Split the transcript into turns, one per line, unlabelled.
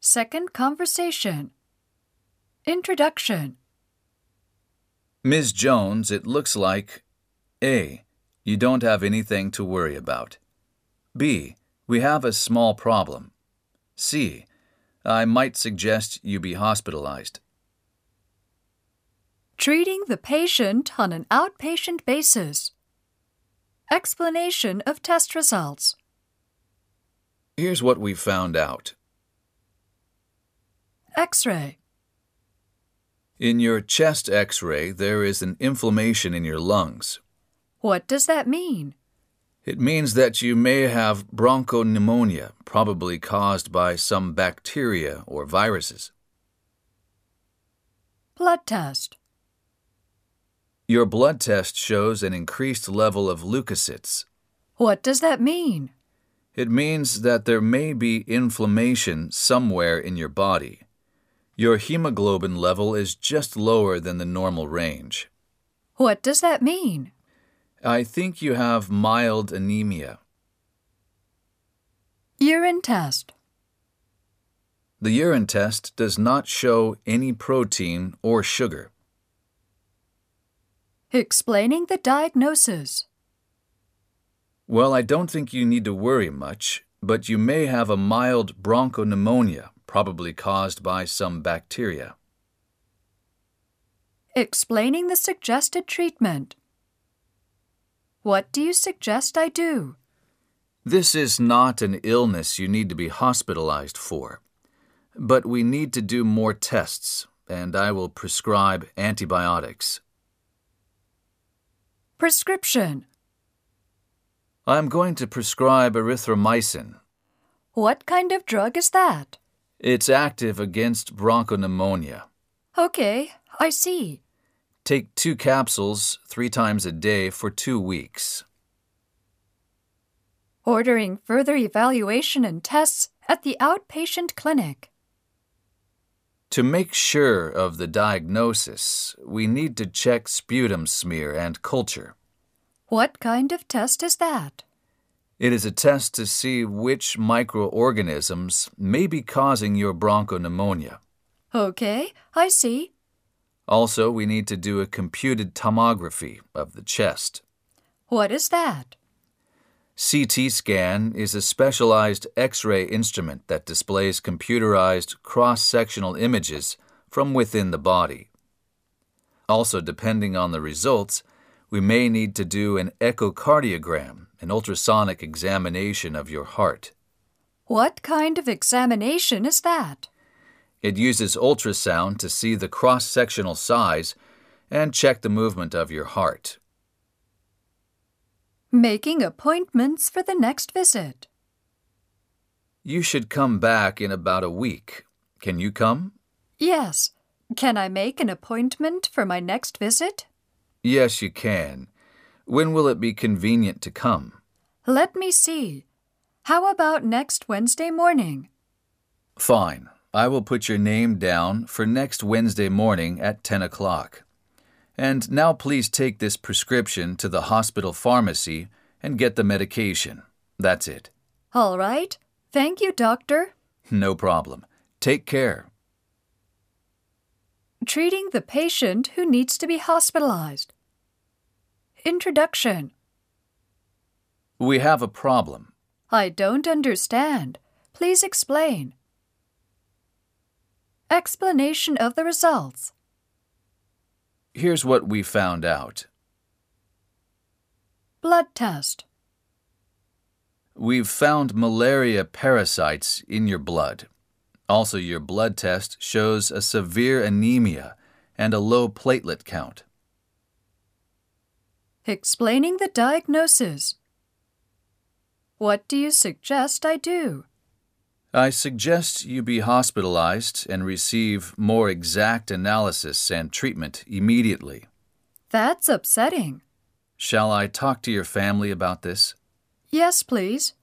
Second conversation. Introduction.
Ms. Jones, it looks like A. You don't have anything to worry about. B. We have a small problem. C. I might suggest you be hospitalized.
Treating the patient on an outpatient basis. Explanation of test results.
Here's what we found out.
X ray.
In your chest x ray, there is an inflammation in your lungs.
What does that mean?
It means that you may have bronchopneumonia, probably caused by some bacteria or viruses.
Blood test.
Your blood test shows an increased level of leukocytes.
What does that mean?
It means that there may be inflammation somewhere in your body. Your hemoglobin level is just lower than the normal range.
What does that mean?
I think you have mild anemia.
Urine test.
The urine test does not show any protein or sugar.
Explaining the diagnosis.
Well, I don't think you need to worry much, but you may have a mild bronchopneumonia, probably caused by some bacteria.
Explaining the suggested treatment. What do you suggest I do?
This is not an illness you need to be hospitalized for, but we need to do more tests, and I will prescribe antibiotics.
Prescription.
I'm going to prescribe erythromycin.
What kind of drug is that?
It's active against bronchopneumonia.
Okay, I see.
Take two capsules three times a day for two weeks.
Ordering further evaluation and tests at the outpatient clinic.
To make sure of the diagnosis, we need to check sputum smear and culture.
What kind of test is that?
It is a test to see which microorganisms may be causing your bronchopneumonia.
Okay, I see.
Also, we need to do a computed tomography of the chest.
What is that?
CT scan is a specialized X ray instrument that displays computerized cross sectional images from within the body. Also, depending on the results, we may need to do an echocardiogram, an ultrasonic examination of your heart.
What kind of examination is that?
It uses ultrasound to see the cross sectional size and check the movement of your heart.
Making appointments for the next visit.
You should come back in about a week. Can you come?
Yes. Can I make an appointment for my next visit?
Yes, you can. When will it be convenient to come?
Let me see. How about next Wednesday morning?
Fine. I will put your name down for next Wednesday morning at 10 o'clock. And now please take this prescription to the hospital pharmacy and get the medication. That's it.
All right. Thank you, doctor.
No problem. Take care.
Treating the patient who needs to be hospitalized. Introduction
We have a problem.
I don't understand. Please explain. Explanation of the results.
Here's what we found out.
Blood test.
We've found malaria parasites in your blood. Also, your blood test shows a severe anemia and a low platelet count.
Explaining the diagnosis. What do you suggest I do?
I suggest you be hospitalized and receive more exact analysis and treatment immediately.
That's upsetting.
Shall I talk to your family about this?
Yes, please.